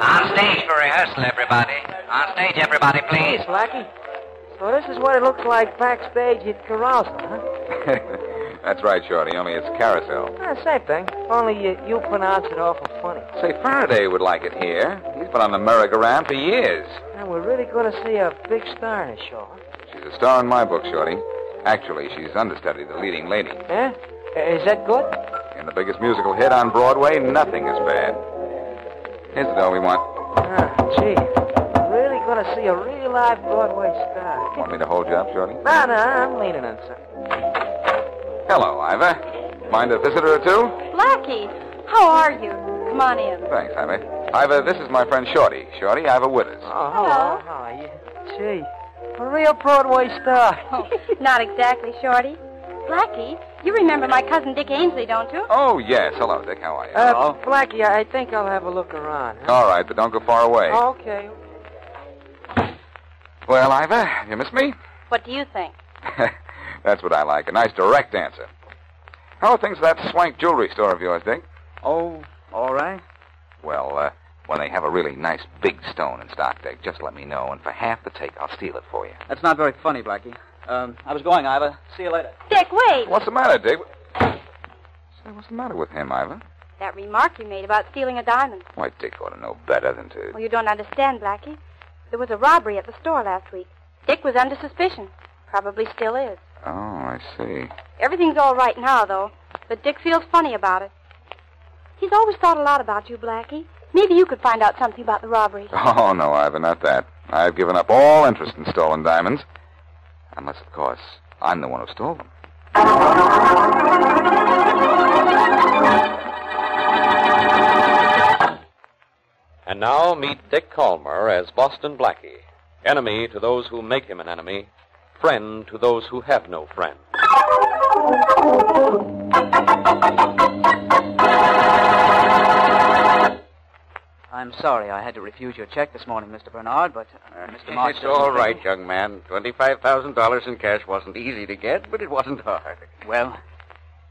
On stage for rehearsal, everybody. On stage, everybody, please. Hey, Blackie. So this is what it looks like backstage at Carousel, huh? That's right, Shorty, only it's carousel. Ah, same thing. Only you, you pronounce it awful funny. Say, Faraday would like it here. He's been on the merry-go-round for years. And we're really going to see a big star in the show, huh? She's a star in my book, Shorty. Actually, she's understudy the leading lady. Eh? Uh, Is that good? In the biggest musical hit on Broadway, nothing is bad. Here's the dough we want. Ah, gee. We're really going to see a real live Broadway star. Want me to hold you up, Shorty? No, no, I'm leaning on something. Hello, Iva. Mind a visitor or two? Blackie, how are you? Come on in. Thanks, Iva. Iva, this is my friend Shorty. Shorty, Iva Withers. Oh, hello. How are you? Gee, a real Broadway star. Oh, not exactly, Shorty. Blackie, you remember my cousin Dick Ainsley, don't you? Oh, yes. Hello, Dick. How are you? Uh, Blackie, I I think I'll have a look around. Huh? All right, but don't go far away. Okay. Well, Iva, you miss me? What do you think? That's what I like. A nice direct answer. How are things at that swank jewelry store of yours, Dick? Oh, all right. Well, uh, when they have a really nice big stone in stock, Dick, just let me know, and for half the take, I'll steal it for you. That's not very funny, Blackie. Um, I was going, Iva. See you later. Dick, wait. What's the matter, Dick? Say, what's the matter with him, Ivan? That remark you made about stealing a diamond. Why, Dick ought to know better than to. Well, you don't understand, Blackie. There was a robbery at the store last week. Dick was under suspicion. Probably still is. Oh, I see. Everything's all right now, though. But Dick feels funny about it. He's always thought a lot about you, Blackie. Maybe you could find out something about the robbery. Oh, no, Ivan, not that. I've given up all interest in stolen diamonds. Unless, of course, I'm the one who stole them. And now meet Dick Calmer as Boston Blackie, enemy to those who make him an enemy, friend to those who have no friend. I'm sorry I had to refuse your check this morning, Mr. Bernard, but uh, Mr. March. It's doesn't all think- right, young man. Twenty-five thousand dollars in cash wasn't easy to get, but it wasn't hard. Well,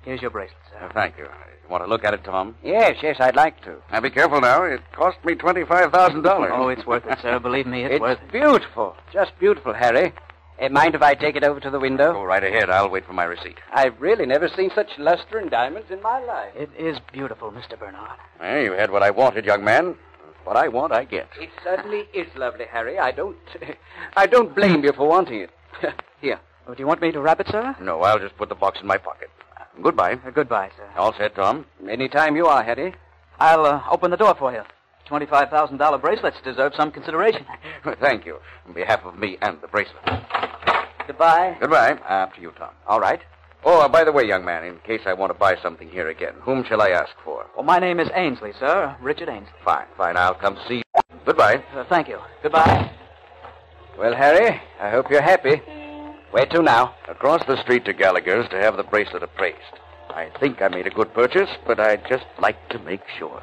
here's your bracelet, sir. Uh, Thank you. You want to look at it, Tom? Yes, yes, I'd like to. Now be careful now. It cost me twenty-five thousand dollars. Oh, it's worth it, sir. Believe me, it's, It's worth it. beautiful. Just beautiful, Harry. Uh, mind if I take it over to the window? Go right ahead. I'll wait for my receipt. I've really never seen such luster in diamonds in my life. It is beautiful, Mr. Bernard. Well, you had what I wanted, young man. What I want, I get. It certainly is lovely, Harry. I don't, I don't blame you for wanting it. Here. Oh, do you want me to wrap it, sir? No, I'll just put the box in my pocket. Goodbye. Uh, goodbye, sir. All set, Tom. Any time you are, Harry. I'll uh, open the door for you. Twenty-five thousand dollar bracelets deserve some consideration. Thank you. On behalf of me and the bracelet. Goodbye. Goodbye. After you, Tom. All right. Oh, uh, by the way, young man, in case I want to buy something here again, whom shall I ask for? Well, Oh, my name is Ainsley, sir. Richard Ainsley. Fine, fine. I'll come see you. Goodbye. Uh, thank you. Goodbye. Well, Harry, I hope you're happy. Where to now? Across the street to Gallagher's to have the bracelet appraised. I think I made a good purchase, but I'd just like to make sure.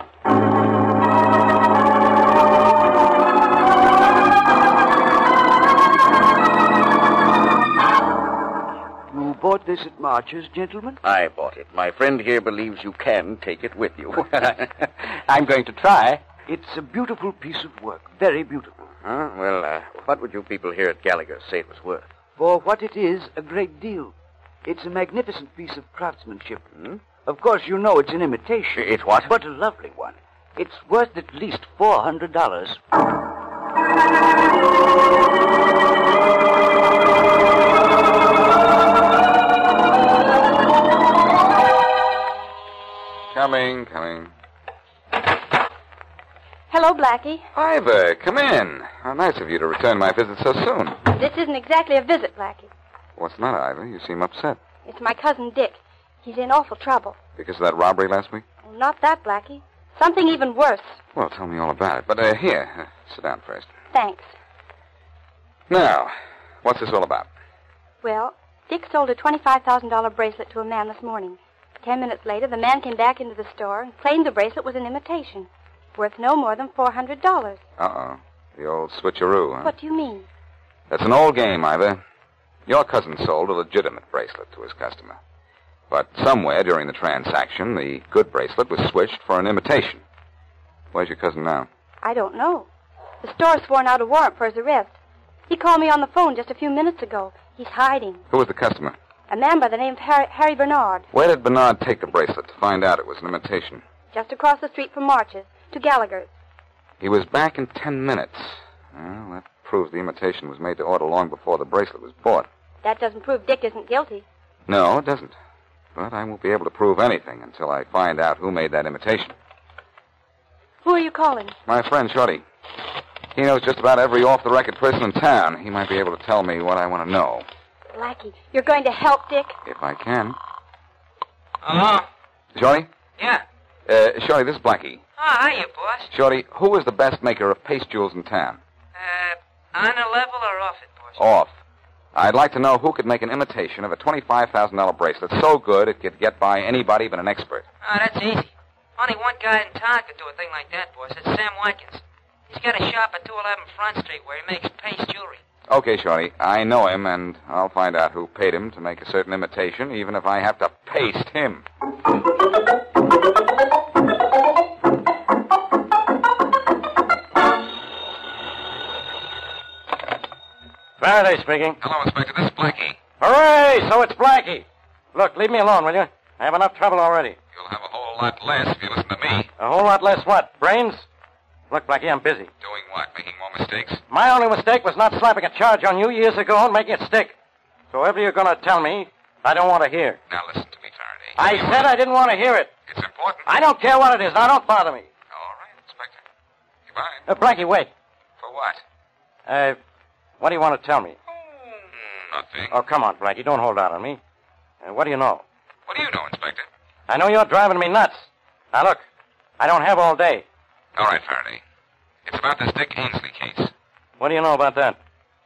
You bought this at March's, gentlemen? I bought it. My friend here believes you can take it with you. I'm going to try. It's a beautiful piece of work. Very beautiful. Huh? Well, uh, what would you people here at Gallagher's say it was worth? For what it is, a great deal. It's a magnificent piece of craftsmanship. hmm? Of course, you know it's an imitation. It's what? But a lovely one. It's worth at least $400. Coming, coming. Hello, Blackie. Ivor, come in. How nice of you to return my visit so soon. This isn't exactly a visit, Blackie. What's not, Ivor? You seem upset. It's my cousin Dick. He's in awful trouble. Because of that robbery last week? Well, not that, Blackie. Something even worse. Well, tell me all about it. But uh, here, uh, sit down first. Thanks. Now, what's this all about? Well, Dick sold a $25,000 bracelet to a man this morning. Ten minutes later, the man came back into the store and claimed the bracelet was an imitation, worth no more than $400. Uh oh. The old switcheroo, huh? What do you mean? That's an old game, Ivor. Your cousin sold a legitimate bracelet to his customer. But somewhere during the transaction, the good bracelet was switched for an imitation. Where's your cousin now? I don't know. The store's sworn out a warrant for his arrest. He called me on the phone just a few minutes ago. He's hiding. Who was the customer? A man by the name of Harry, Harry Bernard, Where did Bernard take the bracelet to find out it was an imitation? just across the street from March's, to Gallagher's. He was back in ten minutes. Well, that proves the imitation was made to order long before the bracelet was bought. That doesn't prove Dick isn't guilty. No, it doesn't. But I won't be able to prove anything until I find out who made that imitation. Who are you calling? My friend Shorty. He knows just about every off the record person in town. He might be able to tell me what I want to know. Blackie, you're going to help Dick? If I can. Hello? Shorty? Yeah. Uh, Shorty, this is Blackie. Oh, hiya, boss. Shorty, who is the best maker of pasteules in town? Uh, on a level or off it, boss? Off. I'd like to know who could make an imitation of a $25,000 bracelet so good it could get by anybody but an expert. Oh, that's easy. Only one guy in town could do a thing like that, boss. It's Sam Watkins. He's got a shop at 211 Front Street where he makes paste jewelry. Okay, Shorty, I know him, and I'll find out who paid him to make a certain imitation, even if I have to paste him. Faraday speaking. Hello, Inspector. This is Blackie. Hooray! So it's Blackie. Look, leave me alone, will you? I have enough trouble already. You'll have a whole lot less if you listen to me. A whole lot less what? Brains? Look, Blackie, I'm busy. Doing what? Making more mistakes? My only mistake was not slapping a charge on you years ago and making it stick. So whatever you're going to tell me, I don't want to hear. Now listen to me, Faraday. I said I didn't want to hear it. It's important. I don't care what it is. Now don't bother me. All right, Inspector. Goodbye. Uh, Blackie, wait. For what? Uh, what do you want to tell me? Nothing. Oh, come on, Blackie. Don't hold out on me. Uh, what do you know? What do you know, Inspector? I know you're driving me nuts. Now, look, I don't have all day. All right, Faraday. It's about this Dick Ainsley case. What do you know about that?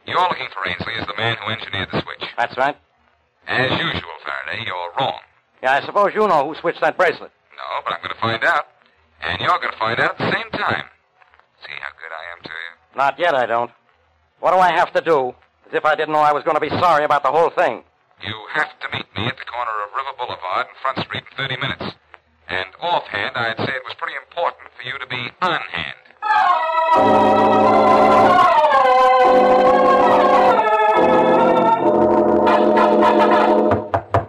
You're looking for Ainsley as the man who engineered the switch. That's right. As usual, Faraday, you're wrong. Yeah, I suppose you know who switched that bracelet. No, but I'm going to find out. And you're going to find out at the same time. See how good I am to you. Not yet, I don't. What do I have to do? As if I didn't know I was going to be sorry about the whole thing. You have to meet me at the corner of River Boulevard and Front Street in 30 minutes. And offhand, I'd say it was pretty important for you to be on hand.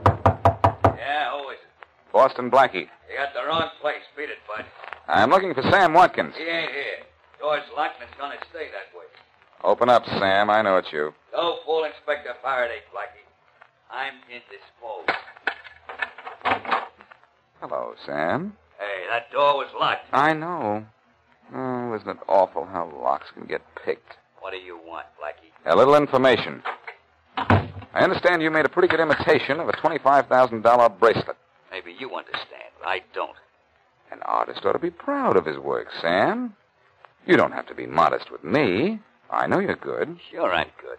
Yeah, who is it? Boston You Blackie. got the wrong place. Beat it, bud. I'm looking for Sam Watkins. He ain't here. Door's locked and it's gonna stay that way. Open up, Sam. I know it's you. Go fool Inspector Faraday, Blackie. I'm indisposed. Hello, Sam. Hey, that door was locked. I know. Oh, isn't it awful how locks can get picked? What do you want, Blackie? A little information. I understand you made a pretty good imitation of a $25,000 bracelet. Maybe you understand. I don't. An artist ought to be proud of his work, Sam. You don't have to be modest with me. I know you're good. Sure, I'm good.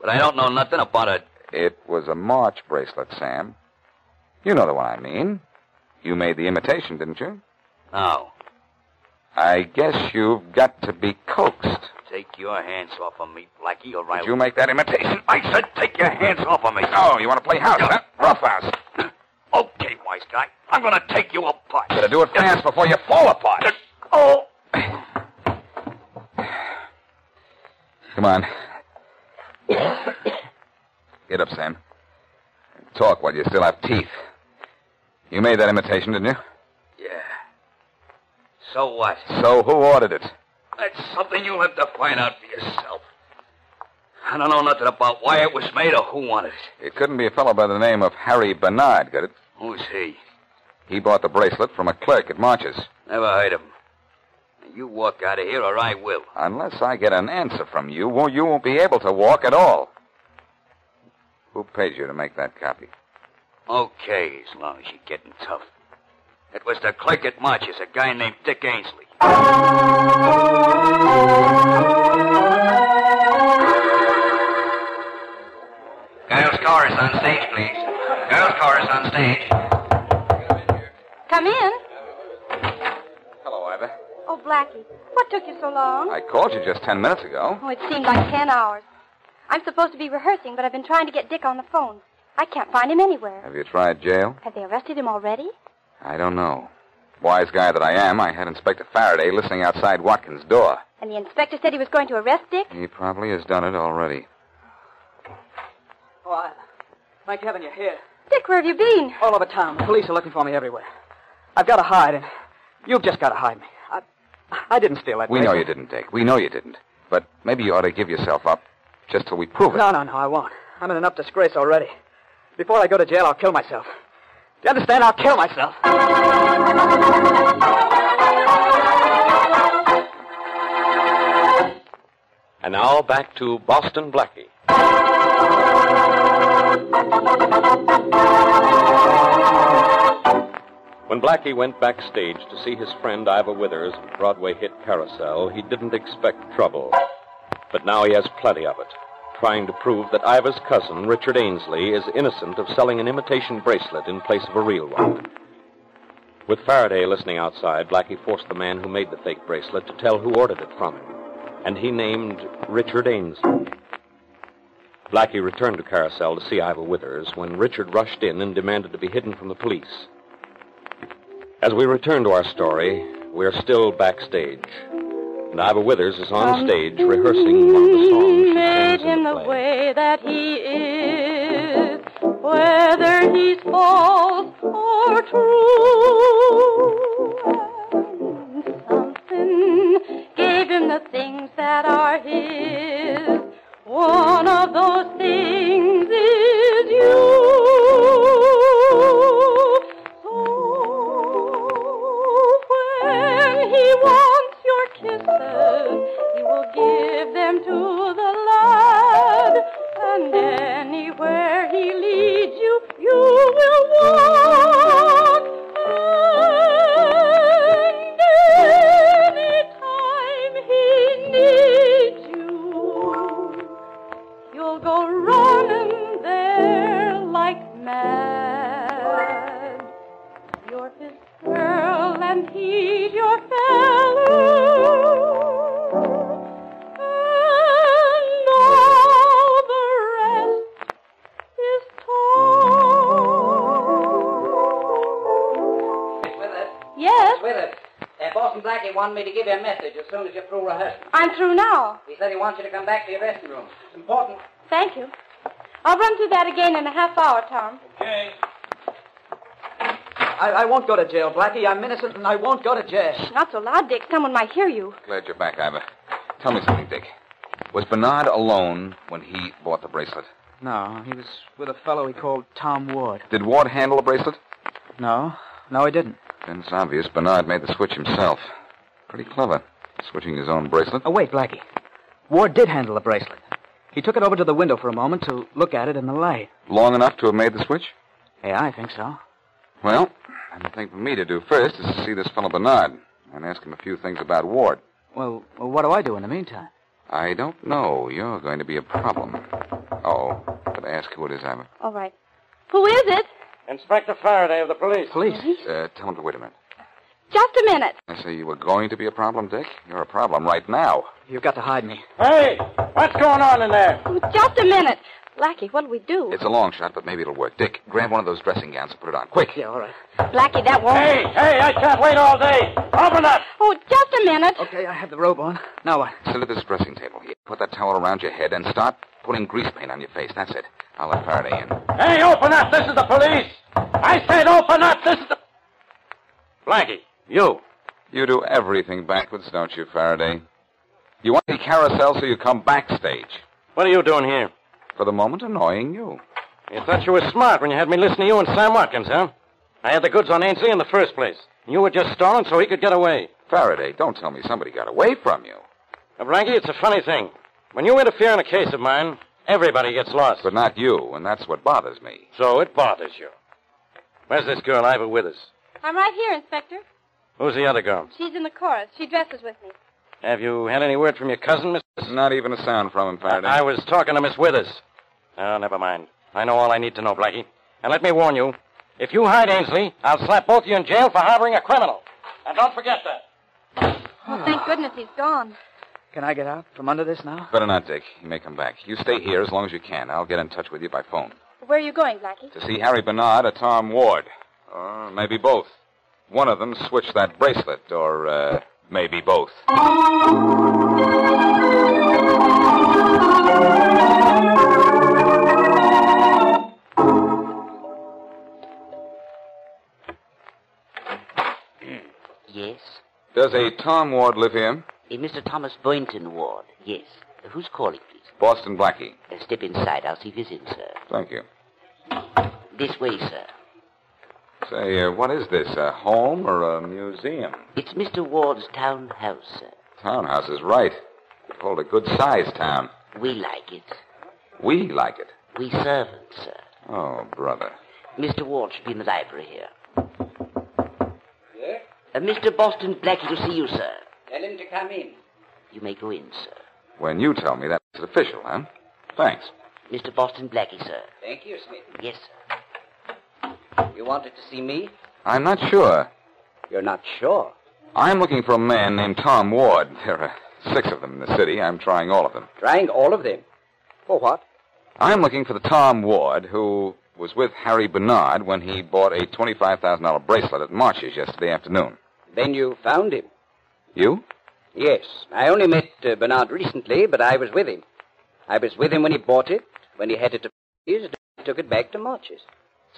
But I don't know nothing about a. It was a March bracelet, Sam. You know the one I mean. You made the imitation, didn't you? No. I guess you've got to be coaxed. Take your hands off of me, Blackie, or Did I'll. you make that imitation? I said take your hands off of me. Oh, you want to play house, huh? Rough house. Okay, wise guy. I'm going to take you apart. Better do it fast before you fall apart. Oh, Come on. Get up, Sam. Talk while you still have teeth. You made that imitation, didn't you? yeah. So what? So who ordered it? That's something you'll have to find out for yourself. I don't know nothing about why it was made or who wanted it. It couldn't be a fellow by the name of Harry Bernard, could it? Who's he? He bought the bracelet from a clerk at March's. Never heard of him. Now, You walk out of here or I will. Unless I get an answer from you, well, you won't be able to walk at all. Who paid you to make that copy? Okay, as long as you're getting tough. It was the clerk at March's, a guy named Dick Ainsley. Girls' chorus on stage, please. Girls' chorus on stage. Come in. Hello, Ivor. Oh, Blackie, what took you so long? I called you just ten minutes ago. Oh, it seemed like ten hours. I'm supposed to be rehearsing, but I've been trying to get Dick on the phone. I can't find him anywhere. Have you tried jail? Have they arrested him already? I don't know. Wise guy that I am, I had Inspector Faraday listening outside Watkins' door. And the inspector said he was going to arrest Dick? He probably has done it already. Oh, I... thank heaven you're here. Dick, where have you been? All over town. The police are looking for me everywhere. I've got to hide, and you've just got to hide me. I, I didn't steal that. We know bracelet. you didn't, Dick. We know you didn't. But maybe you ought to give yourself up just till we prove it. No, no, no, I won't. I'm in enough disgrace already. Before I go to jail, I'll kill myself. Do you understand? I'll kill myself. And now back to Boston Blackie. When Blackie went backstage to see his friend Ivor Withers' Broadway hit Carousel, he didn't expect trouble. But now he has plenty of it, trying to prove that Ivor's cousin, Richard Ainsley, is innocent of selling an imitation bracelet in place of a real one. With Faraday listening outside, Blackie forced the man who made the fake bracelet to tell who ordered it from him and he named Richard Ainsley. Blackie returned to Carousel to see Ivor Withers when Richard rushed in and demanded to be hidden from the police. As we return to our story, we are still backstage, and Ivor Withers is on stage rehearsing one of the songs. made him the way that he is, whether he's false or true. And something gave him the things that are his. One of those things is you. So when he wants your kisses, he will give them to the lad. And anywhere he leads you, you will walk. And anytime he needs you, you'll go running there like mad. You're his girl and he's your fellow. And all the rest is talk. Yes? Withers, uh, Boston Blackie wanted me to give you a message as soon as you're through rehearsing. I'm through now. He said he wants you to come back to your dressing room. It's important. Thank you. I'll run through that again in a half hour, Tom. Okay. I, I won't go to jail, Blackie. I'm innocent, and I won't go to jail. Not so loud, Dick. Someone might hear you. Glad you're back, Ivor. Tell me something, Dick. Was Bernard alone when he bought the bracelet? No, he was with a fellow he called Tom Ward. Did Ward handle the bracelet? No, no, he didn't. Then it's obvious Bernard made the switch himself. Pretty clever, switching his own bracelet. Oh, wait, Blackie. Ward did handle the bracelet. He took it over to the window for a moment to look at it in the light. Long enough to have made the switch? Yeah, I think so. Well, the thing for me to do first is to see this fellow Bernard and ask him a few things about Ward. Well, well, what do I do in the meantime? I don't know. You're going to be a problem. Oh, but ask who it is, Ivan. All right. Who is it? Inspector Faraday of the police. Police? Uh, tell him to wait a minute. Just a minute. I say you were going to be a problem, Dick. You're a problem right now. You've got to hide me. Hey, what's going on in there? Oh, just a minute. Blackie, what'll we do? It's a long shot, but maybe it'll work. Dick, grab one of those dressing gowns and put it on. Quick. Yeah, all right. Blackie, that won't. Hey, hey, I can't wait all day. Open up. Oh, just a minute. Okay, I have the robe on. Now what? Sit at this dressing table here. Put that towel around your head and start putting grease paint on your face. That's it. I'll let Faraday in. Hey, open up. This is the police. I said open up. This is the. Blackie, you. You do everything backwards, don't you, Faraday? You want the carousel so you come backstage. What are you doing here? For the moment, annoying you. You thought you were smart when you had me listen to you and Sam Watkins, huh? I had the goods on Ainsley in the first place. You were just stalling so he could get away. Faraday, don't tell me somebody got away from you. Now, Blackie, it's a funny thing. When you interfere in a case of mine, everybody gets lost. But not you, and that's what bothers me. So it bothers you. Where's this girl Iva with us? I'm right here, Inspector. Who's the other girl? She's in the chorus. She dresses with me. Have you had any word from your cousin, Mrs. Not even a sound from him, Faraday. I was talking to Miss Withers. Oh, never mind. I know all I need to know, Blackie. And let me warn you if you hide Ainsley, I'll slap both of you in jail for harboring a criminal. And don't forget that. Well, thank goodness he's gone. Can I get out from under this now? Better not, Dick. You may come back. You stay here as long as you can. I'll get in touch with you by phone. Where are you going, Blackie? To see Harry Bernard or Tom Ward. Or maybe both. One of them switched that bracelet, or uh, maybe both. Yes. Does a Tom Ward live here? Eh, Mr. Thomas Boynton Ward. Yes. Who's calling, please? Boston Blackie. Eh, step inside. I'll see if he's in, sir. Thank you. This way, sir. Say, uh, what is this, a home or a museum? It's Mr. Ward's townhouse, sir. Townhouse is right. It hold a good sized town. We like it. We like it. We servants, sir. Oh, brother. Mr. Ward should be in the library here. Uh, Mr. Boston Blackie to see you, sir. Tell him to come in. You may go in, sir. When you tell me that's official, huh? Thanks. Mr. Boston Blackie, sir. Thank you, Smith. Yes, sir. You wanted to see me? I'm not sure. You're not sure. I'm looking for a man named Tom Ward. There are six of them in the city. I'm trying all of them. Trying all of them. For what? I'm looking for the Tom Ward who was with Harry Bernard when he bought a $25,000 bracelet at March's yesterday afternoon. Then you found him. You? Yes. I only met uh, Bernard recently, but I was with him. I was with him when he bought it, when he had it to his, took it back to March's.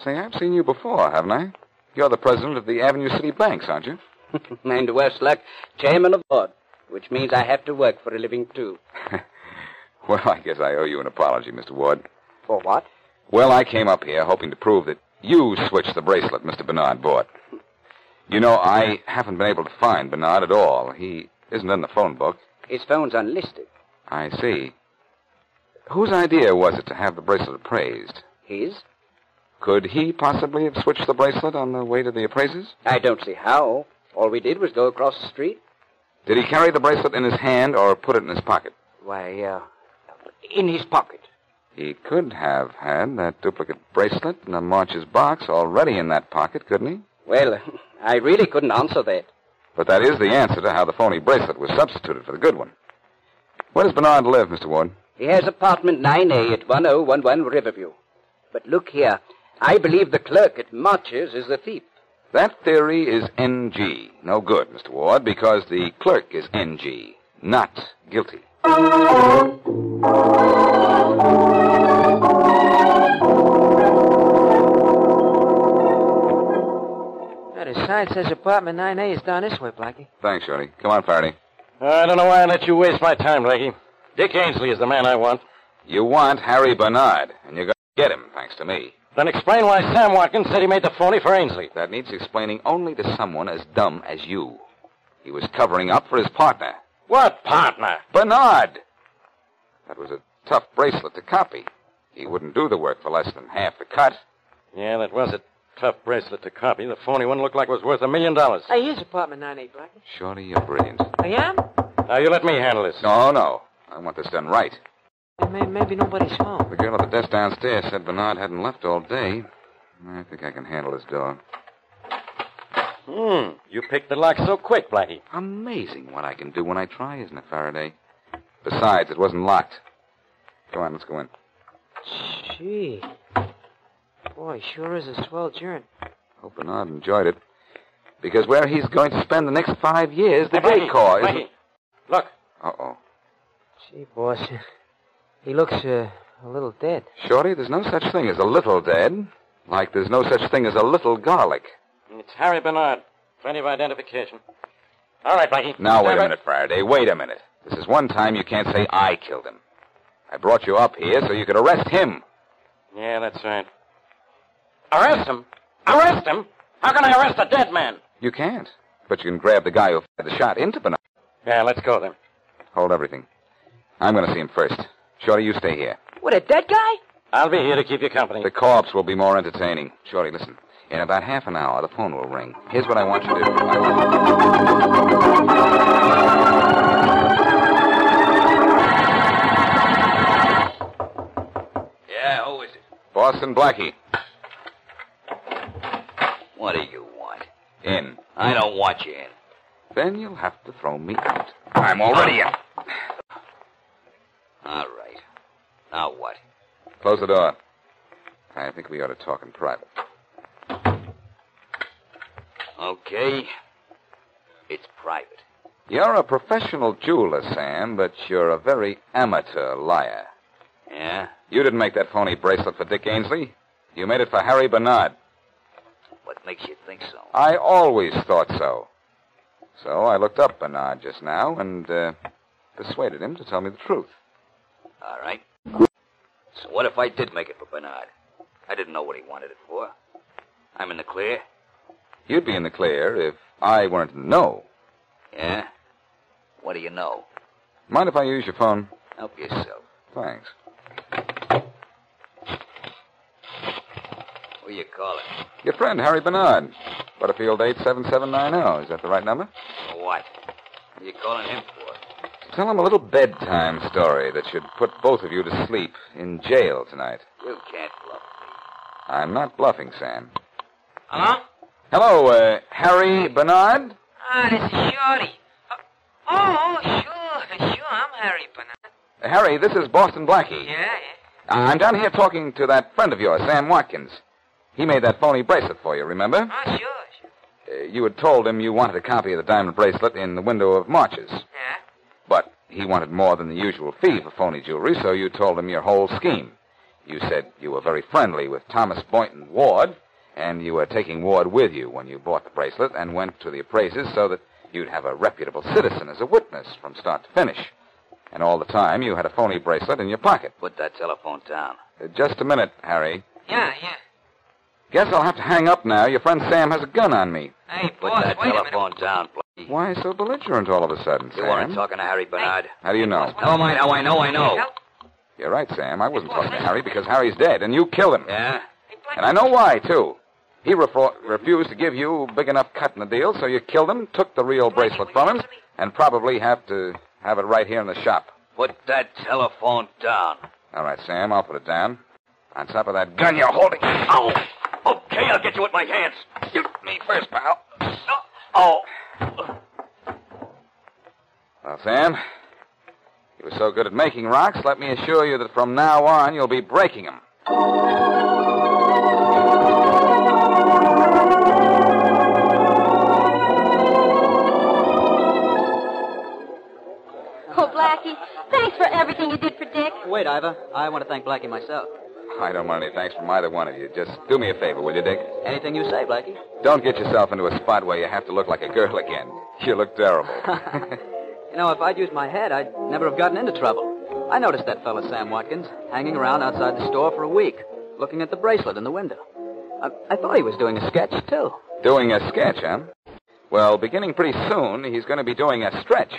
Say, I've seen you before, haven't I? You're the president of the Avenue City Banks, aren't you? and worse luck, chairman of board, which means I have to work for a living too. Well, I guess I owe you an apology, Mr. Ward. For what? Well, I came up here hoping to prove that you switched the bracelet Mr. Bernard bought. You know, I haven't been able to find Bernard at all. He isn't in the phone book. His phone's unlisted. I see. Whose idea was it to have the bracelet appraised? His? Could he possibly have switched the bracelet on the way to the appraisers? I don't see how. All we did was go across the street. Did he carry the bracelet in his hand or put it in his pocket? Why, uh, in his pocket. He could have had that duplicate bracelet in the March's box already in that pocket, couldn't he? Well, I really couldn't answer that. But that is the answer to how the phony bracelet was substituted for the good one. Where does Bernard live, Mr. Ward? He has apartment 9A at 1011 Riverview. But look here, I believe the clerk at March's is the thief. That theory is NG. No good, Mr. Ward, because the clerk is NG, not guilty. That his sign says apartment 9A is down this way, Blackie. Thanks, Shorty. Come on, Faraday. I don't know why I let you waste my time, Blackie. Dick Ainsley is the man I want. You want Harry Bernard, and you're going to get him, thanks to me. Then explain why Sam Watkins said he made the phony for Ainsley. That needs explaining only to someone as dumb as you. He was covering up for his partner, What partner? Bernard. That was a tough bracelet to copy. He wouldn't do the work for less than half the cut. Yeah, that was a tough bracelet to copy. The phony one looked like it was worth a million dollars. Hey, here's apartment 98, Blackie. Shorty, you're brilliant. Oh, I am? Now, you let me handle this. No, no. I want this done right. May- Maybe nobody's home. The girl at the desk downstairs said Bernard hadn't left all day. I think I can handle his door. Hmm. You picked the lock so quick, Blackie. Amazing what I can do when I try, isn't it, Faraday? Besides, it wasn't locked. Go on, let's go in. Gee. Boy, sure is a swell journey. Hope Bernard enjoyed it. Because where he's going to spend the next five years, the Great Corps is. Look. Uh oh. Gee, boss. He looks uh, a little dead. Shorty, there's no such thing as a little dead. Like there's no such thing as a little garlic. It's Harry Bernard. Plenty of identification. All right, Blackie. Now, wait Step a it. minute, Faraday. Wait a minute. This is one time you can't say I killed him. I brought you up here so you could arrest him. Yeah, that's right. Arrest him? Arrest him? How can I arrest a dead man? You can't. But you can grab the guy who fired the shot into Bernard. Yeah, let's go then. Hold everything. I'm going to see him first. Shorty, you stay here. What, a dead guy? I'll be here to keep you company. The corpse will be more entertaining. Shorty, listen. In about half an hour, the phone will ring. Here's what I want you to do. I Yeah, who is it? Boston Blackie. What do you want? In. I don't want you in. Then you'll have to throw me out. I'm already in. All right. Now what? Close the door. I think we ought to talk in private. Okay. It's private. You're a professional jeweler, Sam, but you're a very amateur liar. Yeah? You didn't make that phony bracelet for Dick Ainsley. You made it for Harry Bernard. What makes you think so? I always thought so. So I looked up Bernard just now and uh, persuaded him to tell me the truth. All right. So what if I did make it for Bernard? I didn't know what he wanted it for. I'm in the clear. You'd be in the clear if I weren't in the know. Yeah? What do you know? Mind if I use your phone? Help yourself. Thanks. Who you calling? Your friend, Harry Bernard. Butterfield 87790. oh. Is that the right number? For what? What are you calling him for? Tell him a little bedtime story that should put both of you to sleep in jail tonight. You can't bluff. I'm not bluffing, Sam. Hello? Hello, uh, Harry Bernard? Ah, this is Shorty. Uh, oh, sure, sure. I'm Harry Bernard. Harry, this is Boston Blackie. Yeah, I'm down here talking to that friend of yours, Sam Watkins. He made that phony bracelet for you, remember? yeah. Oh, sure. Uh, you had told him you wanted a copy of the diamond bracelet in the window of March's. Yeah. But he wanted more than the usual fee for phony jewelry, so you told him your whole scheme. You said you were very friendly with Thomas Boynton Ward, and you were taking Ward with you when you bought the bracelet and went to the appraisers so that you'd have a reputable citizen as a witness from start to finish. And all the time, you had a phony bracelet in your pocket. Put that telephone down. Uh, Just a minute, Harry. Yeah, yeah. Guess I'll have to hang up now. Your friend Sam has a gun on me. Hey, Put boss, that wait a minute. telephone down, Blackie. Why so belligerent all of a sudden, You Sam? weren't talking to Harry Bernard. How do you know? Never mind how oh, I know, I know. You're right, Sam. I wasn't talking to Harry because Harry's dead, and you killed him. Yeah? And I know why, too. He refro- refused to give you big enough cut in the deal, so you killed him, took the real bracelet from him, and probably have to have it right here in the shop. Put that telephone down. All right, Sam, I'll put it down. On top of that gun you're holding. Ow! Oh, Okay, I'll get you with my hands. You me first, pal. Oh. Well, Sam, you were so good at making rocks, let me assure you that from now on you'll be breaking them. Oh, Blackie, thanks for everything you did for Dick. Wait, Ivor. I want to thank Blackie myself. I don't want any thanks from either one of you. Just do me a favor, will you, Dick? Anything you say, Blackie. Don't get yourself into a spot where you have to look like a girl again. You look terrible. You know, if I'd used my head, I'd never have gotten into trouble. I noticed that fellow, Sam Watkins, hanging around outside the store for a week, looking at the bracelet in the window. I, I thought he was doing a sketch, too. Doing a sketch, huh? Well, beginning pretty soon, he's going to be doing a stretch.